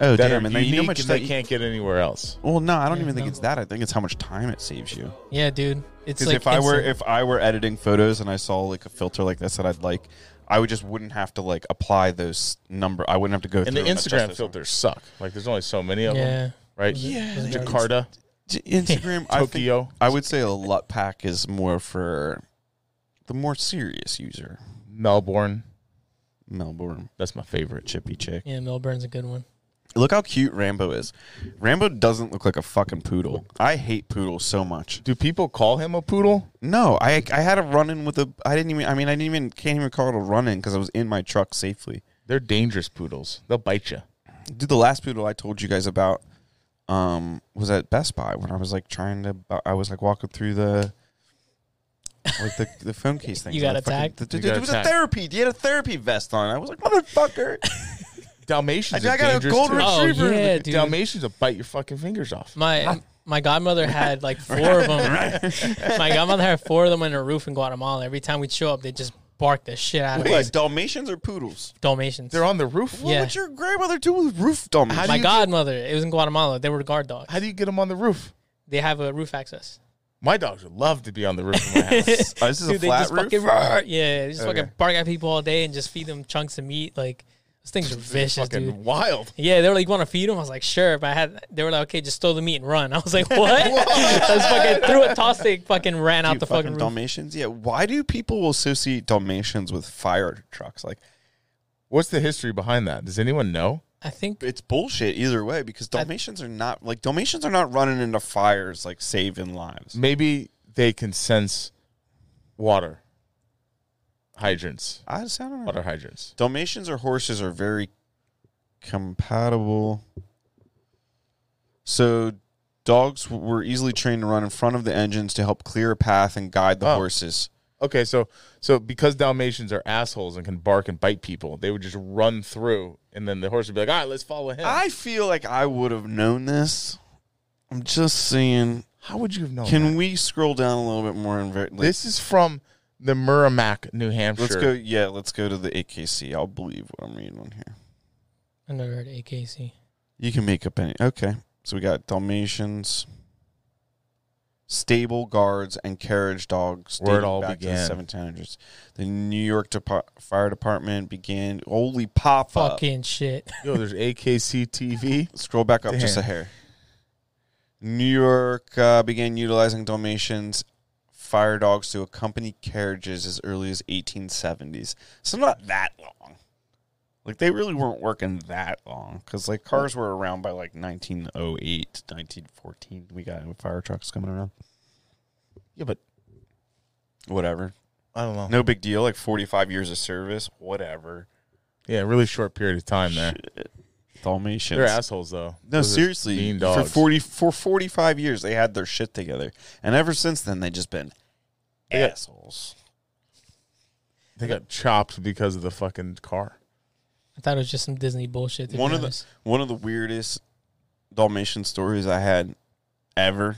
Speaker 3: Oh,
Speaker 1: That
Speaker 3: damn!
Speaker 1: are
Speaker 3: And
Speaker 1: unique
Speaker 3: then you know how much
Speaker 1: and
Speaker 3: that
Speaker 1: they can't get anywhere else.
Speaker 3: Well, no, I don't
Speaker 4: Yeah,
Speaker 3: even think
Speaker 4: no.
Speaker 3: it's that. I think it's how much time it saves you.
Speaker 4: Yeah, dude. It's
Speaker 3: Because
Speaker 4: like
Speaker 3: if I were
Speaker 4: instant.
Speaker 3: if I were editing photos and I saw like a filter like this that I'd like, I would just wouldn't have to like apply those number. I wouldn't have to go
Speaker 1: And
Speaker 3: through
Speaker 1: the
Speaker 3: adjust
Speaker 1: Instagram
Speaker 3: those
Speaker 1: filters suck. Like there's only so many of them,
Speaker 4: yeah,
Speaker 1: right?
Speaker 4: Yeah, they are.
Speaker 1: Jakarta,
Speaker 3: numbers. J- Instagram, I think-
Speaker 1: Tokyo.
Speaker 3: I would say a LUT pack is more for the more serious user.
Speaker 1: Melbourne.
Speaker 3: Melbourne
Speaker 1: That's my favorite.
Speaker 3: chippy chick.
Speaker 4: yeah, Melbourne's a good one.
Speaker 3: Look how cute Rambo is. Rambo doesn't look like a fucking poodle. I hate poodles so much.
Speaker 1: Do people call him a poodle?
Speaker 3: No, I I had a run in with a. I didn't even. I mean, I didn't even. Can't even call it a run in because I was in my truck safely.
Speaker 1: They're dangerous poodles. They'll bite you.
Speaker 3: dude, the last poodle I told you guys about um was at Best Buy when I was like trying to bu- I was like walking through the like the, the phone case thing.
Speaker 4: You got
Speaker 3: And I fucking-
Speaker 4: attacked?
Speaker 3: The, dude,
Speaker 1: You got
Speaker 3: it was
Speaker 1: attacked.
Speaker 3: a therapy. He had a therapy vest on. I was like, motherfucker.
Speaker 1: Dalmatians.
Speaker 3: I- I
Speaker 1: are
Speaker 3: got a
Speaker 1: dangerous
Speaker 3: golden
Speaker 1: too.
Speaker 3: retriever.
Speaker 4: Oh yeah, dude.
Speaker 1: Dalmatians will bite your fucking fingers off.
Speaker 4: my my godmother had like four of them. my godmother had four of them on her roof in Guatemala. Every time we'd show up, they just bark the shit out of
Speaker 3: Wait,
Speaker 4: us.
Speaker 3: Dalmatians or poodles?
Speaker 4: Dalmatians.
Speaker 1: They're on the roof.
Speaker 3: What
Speaker 4: Yeah.
Speaker 3: would your grandmother do with roof Dalmatians?
Speaker 1: How do
Speaker 4: my
Speaker 1: you-
Speaker 4: godmother. It was in Guatemala. They were guard dogs.
Speaker 1: How do you get them on the roof?
Speaker 4: They have a roof access.
Speaker 1: My dogs would love to be on the roof of my house.
Speaker 3: Oh, this is
Speaker 4: Dude,
Speaker 3: a
Speaker 4: they
Speaker 3: flat
Speaker 4: just
Speaker 3: roof.
Speaker 4: fucking roar. Yeah, they just
Speaker 1: Okay.
Speaker 4: fucking bark at people all day and just feed them chunks of meat. Like those things are vicious,
Speaker 1: fucking
Speaker 4: dude.
Speaker 1: wild.
Speaker 4: Yeah, they were like, "Want to feed him?" I was like, "Sure." But I had, they were like, "Okay, just throw the meat and run." I was like, "What?" I just fucking threw it, tossed it, fucking ran out
Speaker 3: You
Speaker 4: the fucking, roof.
Speaker 3: Dalmatians. Yeah. Why do people associate Dalmatians with fire trucks? Like
Speaker 1: What's the history behind that? Does anyone know?
Speaker 4: I think
Speaker 3: it's bullshit either way because Dalmatians are not like Dalmatians are not running into fires like saving lives.
Speaker 1: Maybe they can sense water hydrants,
Speaker 3: I just I don't know.
Speaker 1: water hydrants.
Speaker 3: Dalmatians or horses are very compatible. So dogs were easily trained to run in front of the engines to help clear a path and guide the
Speaker 1: Oh.
Speaker 3: horses.
Speaker 1: Okay, so so because Dalmatians are assholes and can bark and bite people, they would just run through, and then the horse would be like, "All right, let's follow him."
Speaker 3: I feel like I would have known this. I'm just saying.
Speaker 1: How would you have known?
Speaker 3: Can
Speaker 1: that?
Speaker 3: we scroll down a little bit more and ver- like,
Speaker 1: Oh, This is from the Merrimack, New Hampshire.
Speaker 3: let's go? Yeah, let's go to the AKC. I'll believe what I'm reading on here.
Speaker 4: I never heard AKC.
Speaker 3: You can make up any. Okay. So we got Dalmatians, stable guards, and carriage dogs.
Speaker 1: Where it
Speaker 3: dating
Speaker 1: all
Speaker 3: back to
Speaker 1: began.
Speaker 3: The 1700s. The New York Depa- Fire Department began. Holy pop up.
Speaker 4: Fucking shit.
Speaker 1: Yo, there's AKC TV.
Speaker 3: Scroll back up just a
Speaker 1: Damn.
Speaker 3: hair. New York uh, began utilizing Dalmatians fire dogs to accompany carriages as early as 1870s. So not that long. Like they really weren't working that long because like cars were around by like 1908, 1914. We got fire trucks coming around.
Speaker 1: Yeah, but Oh.
Speaker 3: Whatever.
Speaker 1: I don't know.
Speaker 3: No big deal. Like 45 years of service. Whatever.
Speaker 1: Yeah, really short period of time there.
Speaker 3: Dalmatians.
Speaker 1: They're assholes though.
Speaker 3: No,
Speaker 1: Those are
Speaker 3: seriously.
Speaker 1: mean
Speaker 3: For
Speaker 1: dogs.
Speaker 3: forty for forty five years, they had their shit together, and ever since then, they just been assholes.
Speaker 1: they got chopped because of the fucking car.
Speaker 4: I thought it was just some Disney bullshit. To
Speaker 3: one
Speaker 4: be
Speaker 3: of the
Speaker 4: honest.
Speaker 3: one of the weirdest Dalmatian stories I had ever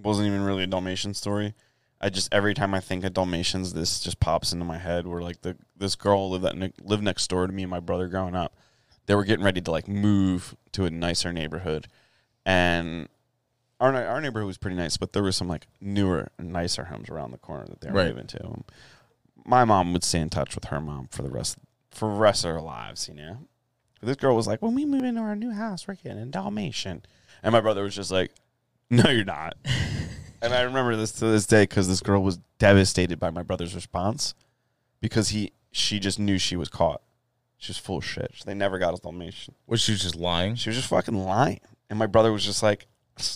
Speaker 3: wasn't even really a Dalmatian story. I just every time I think of Dalmatians, this just pops into my head. Where like the this girl lived that ne- lived next door to me and my brother growing up, they were getting ready to like move to a nicer neighborhood, and our ni- our neighborhood was pretty nice, but there were some like newer, nicer homes around the corner that they were
Speaker 1: Right.
Speaker 3: moving to. My mom would stay in touch with her mom for the rest for the rest of our lives, you know. But this girl was like, "When we move into our new house, we're getting a Dalmatian," and my brother was just like, "No, you're not." and I remember this to this day because this girl was devastated by my brother's response because he she just knew she was caught. She was full of shit. They never got a Dalmatian.
Speaker 1: Was she just lying?
Speaker 3: She was just fucking lying. And my brother was just like,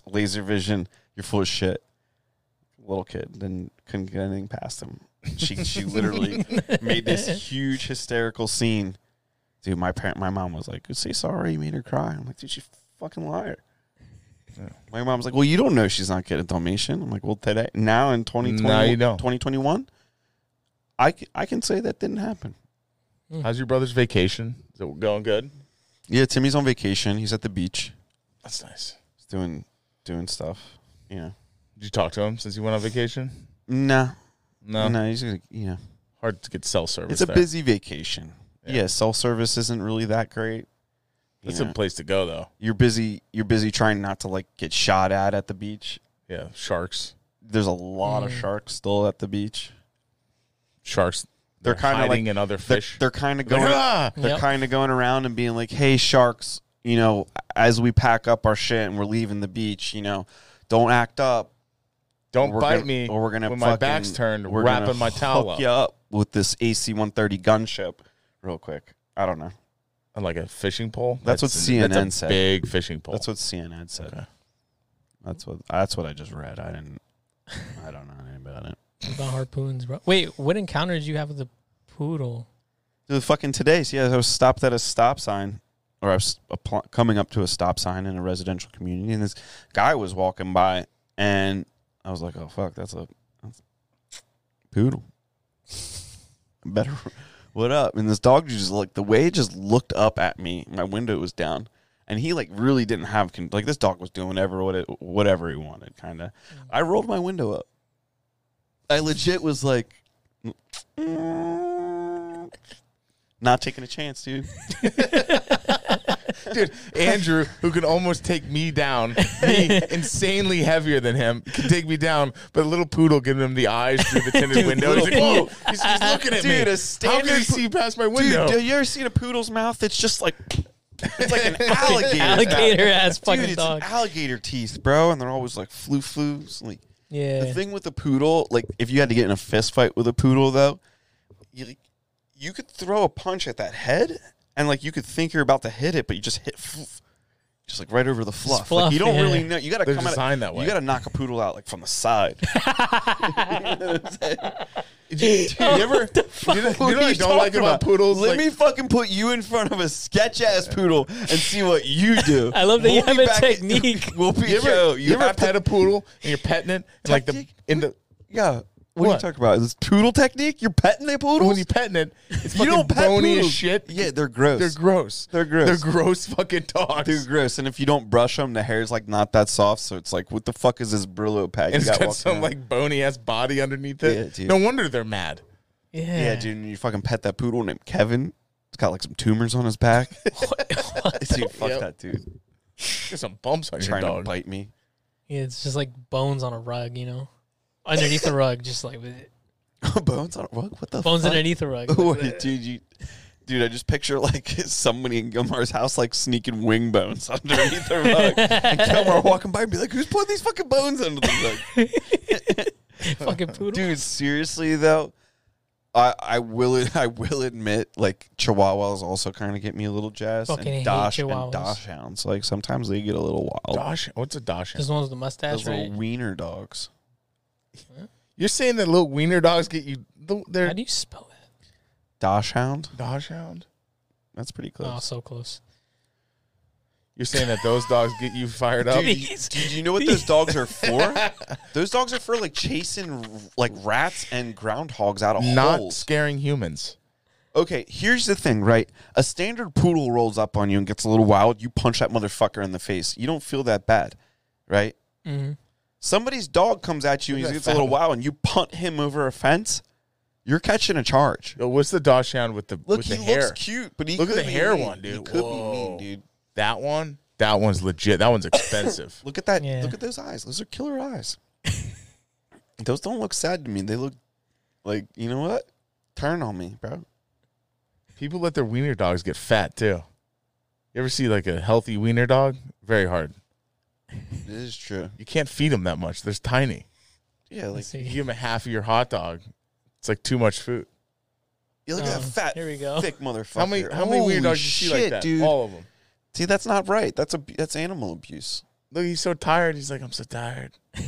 Speaker 3: laser vision, you're full of shit. Little kid, and couldn't get anything past him. She she literally made this huge hysterical scene. Dude, my parent, my mom was like, "Say sorry, you made her cry." I'm like, "Dude, she's a fucking liar." My mom's like, "Well, you don't know she's not getting Dalmatian." I'm like, "Well, today, now in 2020,
Speaker 1: Now you know.
Speaker 3: 2021, I c- I can say that didn't happen." Mm.
Speaker 1: How's your brother's vacation? Is it going good?
Speaker 3: Yeah, Timmy's on vacation. He's at the beach.
Speaker 1: That's nice.
Speaker 3: He's doing doing stuff. You know.
Speaker 1: Did you talk to him since you went on vacation?
Speaker 3: Nah,
Speaker 1: No.
Speaker 3: no, he's gonna, you know,
Speaker 1: Hard to get cell service.
Speaker 3: it's a
Speaker 1: there.
Speaker 3: busy vacation. Yeah,
Speaker 1: Yeah.
Speaker 3: cell service isn't really that great. You
Speaker 1: It's
Speaker 3: know,
Speaker 1: a place to go though.
Speaker 3: you're busy. You're busy trying not to like get shot at at the beach.
Speaker 1: Yeah, sharks.
Speaker 3: There's a lot of sharks still at the beach.
Speaker 1: Sharks.
Speaker 3: They're kinda like-
Speaker 1: hiding in other
Speaker 3: They're,
Speaker 1: fish.
Speaker 3: they're kind of
Speaker 1: Like,
Speaker 3: going.
Speaker 1: "Ah!"
Speaker 3: They're
Speaker 4: Yep.
Speaker 3: kind of going around and being like, "Hey, sharks! You know, as we pack up our shit and we're leaving the beach, you know, don't act up.
Speaker 1: Don't
Speaker 3: We're
Speaker 1: bite
Speaker 3: gonna-
Speaker 1: me.
Speaker 3: or we're gonna
Speaker 1: when
Speaker 3: fucking,
Speaker 1: my back's turned,
Speaker 3: we're gonna
Speaker 1: wrapping my towel
Speaker 3: hook
Speaker 1: up.
Speaker 3: you up with this AC-130 gunship, real quick. I don't know.
Speaker 1: And Like a fishing pole.
Speaker 3: That's what
Speaker 1: an-
Speaker 3: CNN
Speaker 1: that's a
Speaker 3: said.
Speaker 1: Big fishing pole.
Speaker 3: That's what CNN said. That's what that's what I just read. I didn't. I don't know anything about it.
Speaker 4: About harpoons, bro. Wait, what encounter did you have with the poodle?
Speaker 3: Dude, fucking today's yeah. I was stopped at a stop sign, or I was apl- coming up to a stop sign in a residential community, and this guy was walking by, and I was like, "Oh fuck, that's a, that's a poodle." Better, what up? And this dog just like the way it just looked up at me. My window was down, and he like really didn't have con- like this dog was doing ever what it whatever he wanted. Kind of, I rolled my window up. I legit was like. "Mm." Not taking a chance, dude.
Speaker 1: Dude, Andrew, who can almost take me down, me insanely heavier than him, can take me down, but a little poodle giving him the eyes through the tinted window. He's like, whoa, he's, he's looking at me.
Speaker 3: Dude, a
Speaker 1: How can
Speaker 3: standard
Speaker 1: he
Speaker 3: po-
Speaker 1: see past my
Speaker 3: Dude,
Speaker 1: window?
Speaker 3: have you ever seen a poodle's mouth? It's just like it's like an alligator.
Speaker 4: Alligator ass
Speaker 3: mouth.
Speaker 4: fucking
Speaker 3: Dude, it's
Speaker 4: dog.
Speaker 3: alligator teeth, bro, and they're always like flu floos. Like
Speaker 4: yeah.
Speaker 3: the thing with a poodle, like if you had to get in a fist fight with a poodle, though, you like, you could throw a punch at that head, and like you could think you're about to hit it, but you just hit. Fluff. Just like right over the fluff. like
Speaker 4: fluff,
Speaker 3: you don't
Speaker 4: yeah.
Speaker 3: really know. You got to
Speaker 1: They're
Speaker 3: come
Speaker 1: designed
Speaker 3: at,
Speaker 1: that way.
Speaker 3: You got to knock a poodle out like from the side.
Speaker 1: Dude, you ever? you know, you know what I don't like about poodles?
Speaker 3: Let
Speaker 1: Like,
Speaker 3: me fucking put you in front of a sketch ass poodle and see what you do.
Speaker 4: I love that you
Speaker 3: be
Speaker 4: have a
Speaker 3: back-
Speaker 4: technique.
Speaker 3: we'll be
Speaker 1: you ever,
Speaker 3: yo,
Speaker 1: you ever
Speaker 3: have
Speaker 1: pet
Speaker 3: to,
Speaker 1: a poodle and you're petting it, and like the
Speaker 3: Tactic?
Speaker 1: in the
Speaker 3: yeah. What, are you
Speaker 1: What?
Speaker 3: talking about? Is this poodle technique? You're petting a poodle?
Speaker 1: when you're petting it, it's
Speaker 3: You
Speaker 1: fucking
Speaker 3: don't pet
Speaker 1: bony
Speaker 3: poodles.
Speaker 1: as shit.
Speaker 3: Yeah, they're gross.
Speaker 1: They're gross.
Speaker 3: They're gross.
Speaker 1: They're gross fucking dogs.
Speaker 3: They're gross. And if you don't brush them, the hair's like not that soft. So it's like, what the fuck is this Brillo pad? you
Speaker 1: and it's got,
Speaker 3: walking
Speaker 1: some
Speaker 3: around?
Speaker 1: like bony ass body underneath
Speaker 3: Yeah,
Speaker 1: it.
Speaker 3: dude.
Speaker 1: no wonder they're mad.
Speaker 4: yeah.
Speaker 3: Yeah, dude. And you fucking pet that poodle named Kevin. It's got like some tumors on his back. dude, fuck
Speaker 1: Yep.
Speaker 3: that dude.
Speaker 1: There's some bumps on your
Speaker 3: Trying to
Speaker 1: dog.
Speaker 3: bite me.
Speaker 4: Yeah, it's just like bones on a rug, you know? Underneath the rug, just like with it.
Speaker 3: Bones on what? What the
Speaker 4: bones
Speaker 3: fuck?
Speaker 4: underneath the rug.
Speaker 3: Wait, dude, you, dude, I just picture like somebody in Gilmar's house like sneaking wing bones underneath the rug, and Gilmar walking by and be like, "Who's putting these fucking bones under the rug?"
Speaker 4: fucking poodle.
Speaker 3: dude, seriously though, I I will I will admit like Chihuahuas also kind of get me a little jazzed,
Speaker 4: Fucking hate
Speaker 3: and Dosh
Speaker 4: Chihuahuas.
Speaker 3: and Dosh hounds like sometimes they get a little wild.
Speaker 1: Dosh, what's a Dosh?
Speaker 4: Those ones with the mustache,
Speaker 3: Those
Speaker 4: right?
Speaker 3: little wiener dogs.
Speaker 1: You're saying that little wiener dogs get you? th-
Speaker 4: How
Speaker 1: They're
Speaker 4: do you spell that?
Speaker 3: Dosh hound.
Speaker 1: Dodge hound.
Speaker 3: That's pretty
Speaker 4: Oh,
Speaker 3: close.
Speaker 4: so close.
Speaker 1: You're saying that those dogs get you fired up?
Speaker 3: Dude, you- dude, you know what those dogs are for? those dogs are for like chasing like rats and groundhogs out of
Speaker 1: Not
Speaker 3: holes.
Speaker 1: scaring humans.
Speaker 3: Okay, here's the thing, right? A standard poodle rolls up on you and gets a little wild. You punch that motherfucker in the face. You don't feel that bad, right?
Speaker 1: Mm-hmm.
Speaker 3: Somebody's dog comes at you and he
Speaker 1: that
Speaker 3: gets a little wild, and you punt him over a fence. You're catching a charge.
Speaker 1: Yo, what's the Dachshund with the
Speaker 3: Look,
Speaker 1: with
Speaker 3: he
Speaker 1: the hair?
Speaker 3: looks cute, but he
Speaker 1: Look at
Speaker 3: could
Speaker 1: the
Speaker 3: be
Speaker 1: hair
Speaker 3: mean.
Speaker 1: one, dude.
Speaker 3: He could
Speaker 1: Whoa.
Speaker 3: be mean, dude.
Speaker 1: That one. That one's legit. That one's expensive.
Speaker 3: Look at that.
Speaker 4: Yeah.
Speaker 3: Look at those eyes. Those are killer eyes. those don't look sad to me. They look like you know what? Turn on me, bro.
Speaker 1: People let their wiener dogs get fat too. You ever see like a healthy wiener dog? Very hard.
Speaker 3: It is true.
Speaker 1: You can't feed them that much. They're tiny.
Speaker 3: Yeah, like
Speaker 1: You
Speaker 4: See.
Speaker 1: give them half of your hot dog. It's like too much food.
Speaker 3: you look at
Speaker 4: Oh,
Speaker 3: that fat,
Speaker 4: here we go.
Speaker 3: thick motherfucker.
Speaker 1: How many how many
Speaker 3: Holy
Speaker 1: wiener dogs you see like
Speaker 3: shit,
Speaker 1: that?
Speaker 3: dude?
Speaker 1: All of them.
Speaker 3: See, that's not right. That's a that's animal abuse.
Speaker 1: Look, he's so tired. He's like, I'm so tired.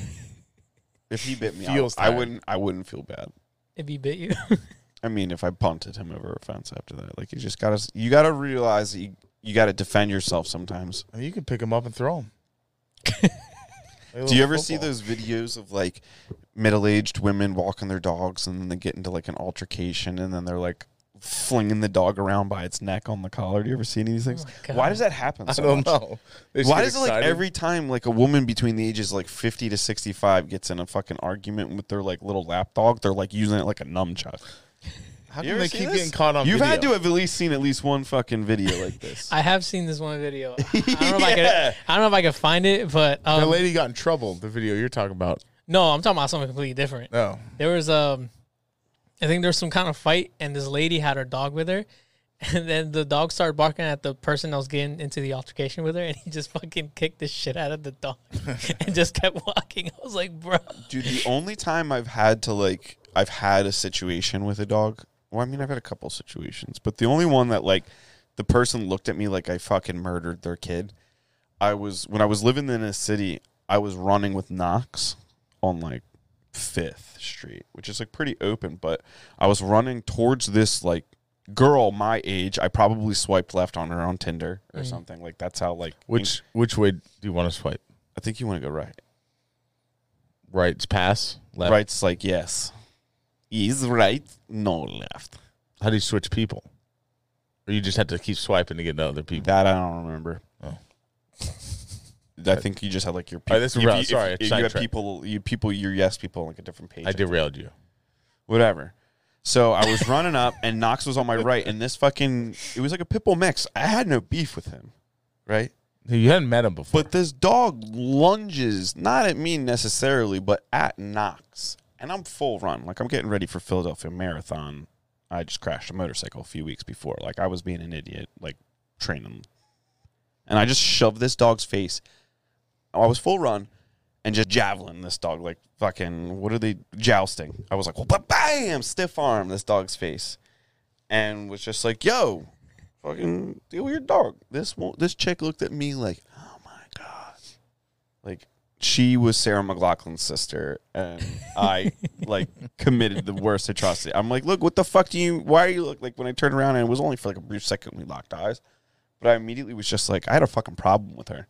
Speaker 3: If he bit me,
Speaker 1: Feels
Speaker 3: I, I
Speaker 1: tired.
Speaker 3: wouldn't. I wouldn't feel bad.
Speaker 4: If he bit you,
Speaker 3: I mean, if I punted him over a fence after that, like you just gotta you gotta realize that you you gotta defend yourself sometimes.
Speaker 1: I mean, you can pick them up and throw them.
Speaker 3: Do you ever see those videos of like middle aged women walking their dogs and then they get into like an altercation and then they're like flinging the dog around by its neck on the collar? Do you ever see any of these things?
Speaker 4: my God.
Speaker 3: Why does that happen?
Speaker 1: Oh I
Speaker 3: So
Speaker 1: don't
Speaker 3: much?
Speaker 1: know. They just
Speaker 3: Why
Speaker 1: get
Speaker 3: does it like
Speaker 1: excited.
Speaker 3: every time like a woman between the ages like fifty to sixty five gets in a fucking argument with their like little lap dog, they're like using it like a nunchuck.
Speaker 1: How
Speaker 3: You
Speaker 1: come
Speaker 3: ever
Speaker 1: they
Speaker 3: see
Speaker 1: keep
Speaker 3: this?
Speaker 1: getting caught on
Speaker 3: You've
Speaker 1: video?
Speaker 3: had to have at least seen at least one fucking video like this.
Speaker 4: I have seen this one video. I I don't know if I
Speaker 3: Yeah.
Speaker 4: could. I don't know if I could find it, but
Speaker 1: The
Speaker 4: um,
Speaker 1: lady got in trouble. The video you're talking about.
Speaker 4: no, I'm talking about something completely different.
Speaker 3: Uh. Oh.
Speaker 1: No,
Speaker 4: There was um, I think there was some kind of fight, and this lady had her dog with her, and then the dog started barking at the person that was getting into the altercation with her, and he just fucking kicked the shit out of the dog and just kept walking. I was like, bro,
Speaker 3: Dude, the only time I've had to like I've had a situation with a dog. Well, I mean, I've had a couple situations, but the only one that like the person looked at me like I fucking murdered their kid. I was when I was living in a city, I was running with Knox on like 5th Street, which is like pretty open, but I was running towards this like girl my age. I probably swiped left on her on Tinder or something. Like that's how like
Speaker 1: which which way do you want to swipe?
Speaker 3: I think you want to go right.
Speaker 1: Right's pass, left.
Speaker 3: Right's like yes. Is right, no left.
Speaker 1: How do you switch people? Or you just have to keep swiping to get to other people.
Speaker 3: That I don't remember.
Speaker 1: Oh.
Speaker 3: I think you just had like your
Speaker 1: All right, this is
Speaker 3: if
Speaker 1: wrong.
Speaker 3: you- if-
Speaker 1: Sorry,
Speaker 3: if you had
Speaker 1: sidetrack.
Speaker 3: people, you people, your yes people on like a different page.
Speaker 1: I derailed you.
Speaker 3: whatever. So I was running up, and Knox was on my right, and this fucking it was like a pit bull mix. I had no beef with him, right?
Speaker 1: You hadn't met him before.
Speaker 3: But this dog lunges not at me necessarily, but at Knox, and I'm full run. Like I'm getting ready for Philadelphia Marathon. I just crashed a motorcycle a few weeks before. Like I was being an idiot, like training, and I just shoved this dog's face. I was full run, and just javelin this dog like fucking what are they jousting? I was like, well, bam, stiff arm this dog's face, and was just like, yo, fucking deal with your dog. This one, this chick looked at me like, oh my god, like she was Sarah McLaughlin's sister, and I like committed the worst atrocity. I'm like, look, what the fuck do you? Why are you look like? When I turned around, and it was only for like a brief second we locked eyes, but I immediately was just like, I had a fucking problem with her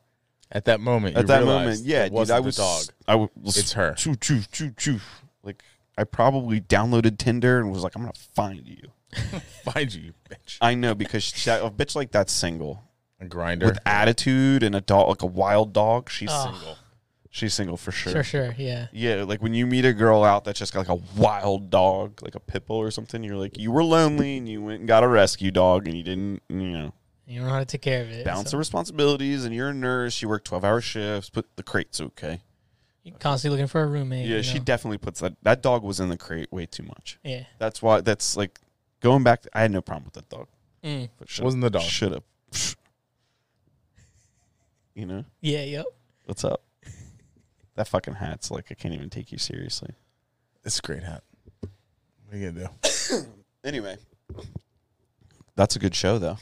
Speaker 1: At that moment, you
Speaker 3: at that
Speaker 1: realized
Speaker 3: moment. Yeah,
Speaker 1: it
Speaker 3: dude,
Speaker 1: wasn't
Speaker 3: I
Speaker 1: the
Speaker 3: was
Speaker 1: dog.
Speaker 3: I w- was
Speaker 1: It's her.
Speaker 3: Choo, choo, choo, choo. Like I probably downloaded Tinder and was like, I'm gonna find you.
Speaker 1: Find you, you bitch.
Speaker 3: I know because she, a bitch like that's single
Speaker 1: A grinder.
Speaker 3: with attitude and a dog like a wild dog. She's
Speaker 4: Oh.
Speaker 3: single. She's single for sure.
Speaker 4: sure, sure, yeah.
Speaker 3: Yeah, like when you meet a girl out that's just got like a wild dog, like a pit bull or something, you're like, you were lonely and you went and got a rescue dog and you didn't, you know,
Speaker 4: You don't know how to take care of it.
Speaker 3: balance the
Speaker 4: so
Speaker 3: responsibilities and you're a nurse, you work 12 hour shifts, but the crate's okay.
Speaker 4: you're constantly looking for a roommate.
Speaker 3: Yeah,
Speaker 4: you
Speaker 3: she
Speaker 4: know?
Speaker 3: definitely puts that. That dog was in the crate way too much.
Speaker 4: Yeah.
Speaker 3: That's why. That's like going back. I had no problem with that dog.
Speaker 4: Mm.
Speaker 3: But
Speaker 1: Wasn't the dog.
Speaker 3: Should have. You know
Speaker 4: Yeah, yep.
Speaker 3: what's up? That fucking hat's like I can't even take you seriously.
Speaker 1: It's a great hat. What are you gonna do?
Speaker 3: Anyway, that's a good show though.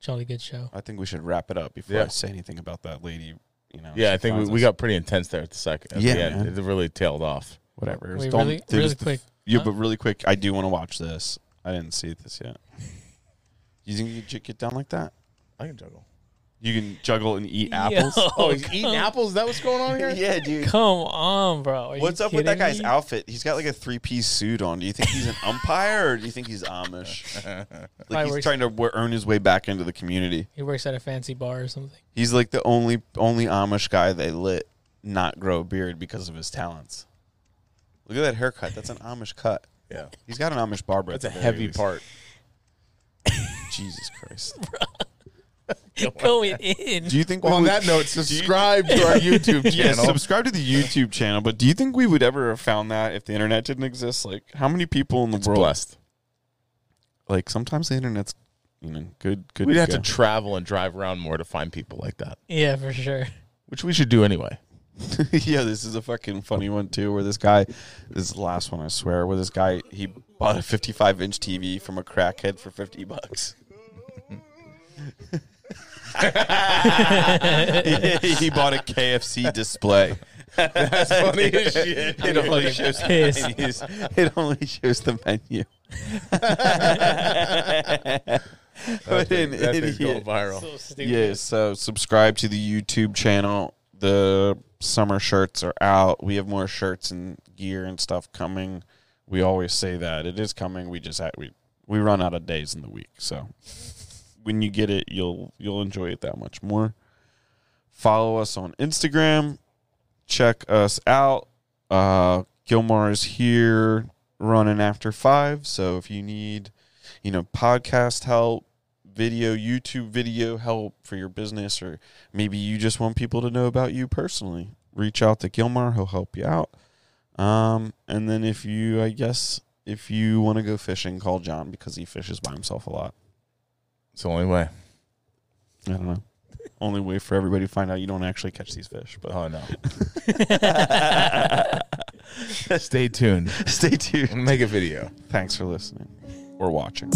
Speaker 4: Jolly good show.
Speaker 3: I think we should wrap it up before
Speaker 1: Yeah.
Speaker 3: I say anything about that lady. You know.
Speaker 1: Yeah, I
Speaker 3: she
Speaker 1: think we,
Speaker 3: finds
Speaker 1: we
Speaker 3: us-
Speaker 1: got pretty intense there at the second. At
Speaker 3: Yeah,
Speaker 1: the end.
Speaker 3: man.
Speaker 1: it really tailed off.
Speaker 3: whatever. It was
Speaker 4: Wait,
Speaker 3: dumb.
Speaker 4: really,
Speaker 3: Dude, it was
Speaker 4: really
Speaker 3: the-
Speaker 4: quick.
Speaker 3: Yeah,
Speaker 4: Huh?
Speaker 3: but really quick. I do want to watch this. I didn't see this yet. You think you could get down like that?
Speaker 1: I can juggle.
Speaker 3: You can juggle and eat apples.
Speaker 4: Yo,
Speaker 1: Oh, he's eating apples. Is that what's going on here?
Speaker 3: yeah, dude.
Speaker 4: Come on, bro. Are you
Speaker 3: What's up with that
Speaker 4: kidding
Speaker 3: guy's
Speaker 4: me?
Speaker 3: outfit? He's got like a three piece suit on. Do you think he's an umpire or do you think he's Amish? Like he's
Speaker 4: works-
Speaker 3: trying to wo- earn his way back into the community.
Speaker 4: He works at a fancy bar or something.
Speaker 3: He's like the only only Amish guy they let not grow a beard because of his talents. Look at that haircut. That's an Amish cut.
Speaker 1: Yeah.
Speaker 3: He's got an Amish barber.
Speaker 1: That's a heavy part.
Speaker 3: Jesus Christ.
Speaker 4: Going in.
Speaker 3: Do you think
Speaker 1: Well,
Speaker 3: we
Speaker 1: on
Speaker 3: would-
Speaker 1: that note, subscribe to our YouTube
Speaker 3: Yeah,
Speaker 1: channel.
Speaker 3: subscribe to the YouTube channel. But do you think we would ever have found that if the internet didn't exist? Like, how many people in the world?
Speaker 1: Blessed.
Speaker 3: Like, sometimes the internet's you know good. Good.
Speaker 1: We'd have to
Speaker 3: go.
Speaker 1: travel and drive around more to find people like that,
Speaker 4: yeah, for sure.
Speaker 1: which we should do anyway.
Speaker 3: yeah, this is a fucking funny one too, where this guy, this is the last one I swear, where this guy he bought a 55 inch TV from a crackhead for 50 bucks. he, he bought a KFC display. That's funny as shit. It only shows the
Speaker 4: pissed.
Speaker 3: menus. It only shows the menu. But in-
Speaker 1: that
Speaker 3: in
Speaker 1: thing's
Speaker 3: here-
Speaker 1: going viral.
Speaker 3: yeah, so subscribe to the YouTube channel. The summer shirts are out. We have more shirts and gear and stuff coming. We always say that it is coming. We just ha we we run out of days in the week, so when you get it, you'll you'll enjoy it that much more. Follow us on Instagram. Check us out. Uh, Gilmar is here running after five. So if you need, you know, podcast help, video, YouTube video help for your business, or maybe you just want people to know about you personally, reach out to Gilmar. He'll help you out. Um, and then if you, I guess, if you want to go fishing, call John because he fishes by himself a lot.
Speaker 1: It's the only way.
Speaker 3: I don't know. Only way for everybody to find out you don't actually catch these fish. But uh,
Speaker 1: Oh, no. Stay tuned.
Speaker 3: stay tuned.
Speaker 1: Make a video.
Speaker 3: Thanks for listening or watching.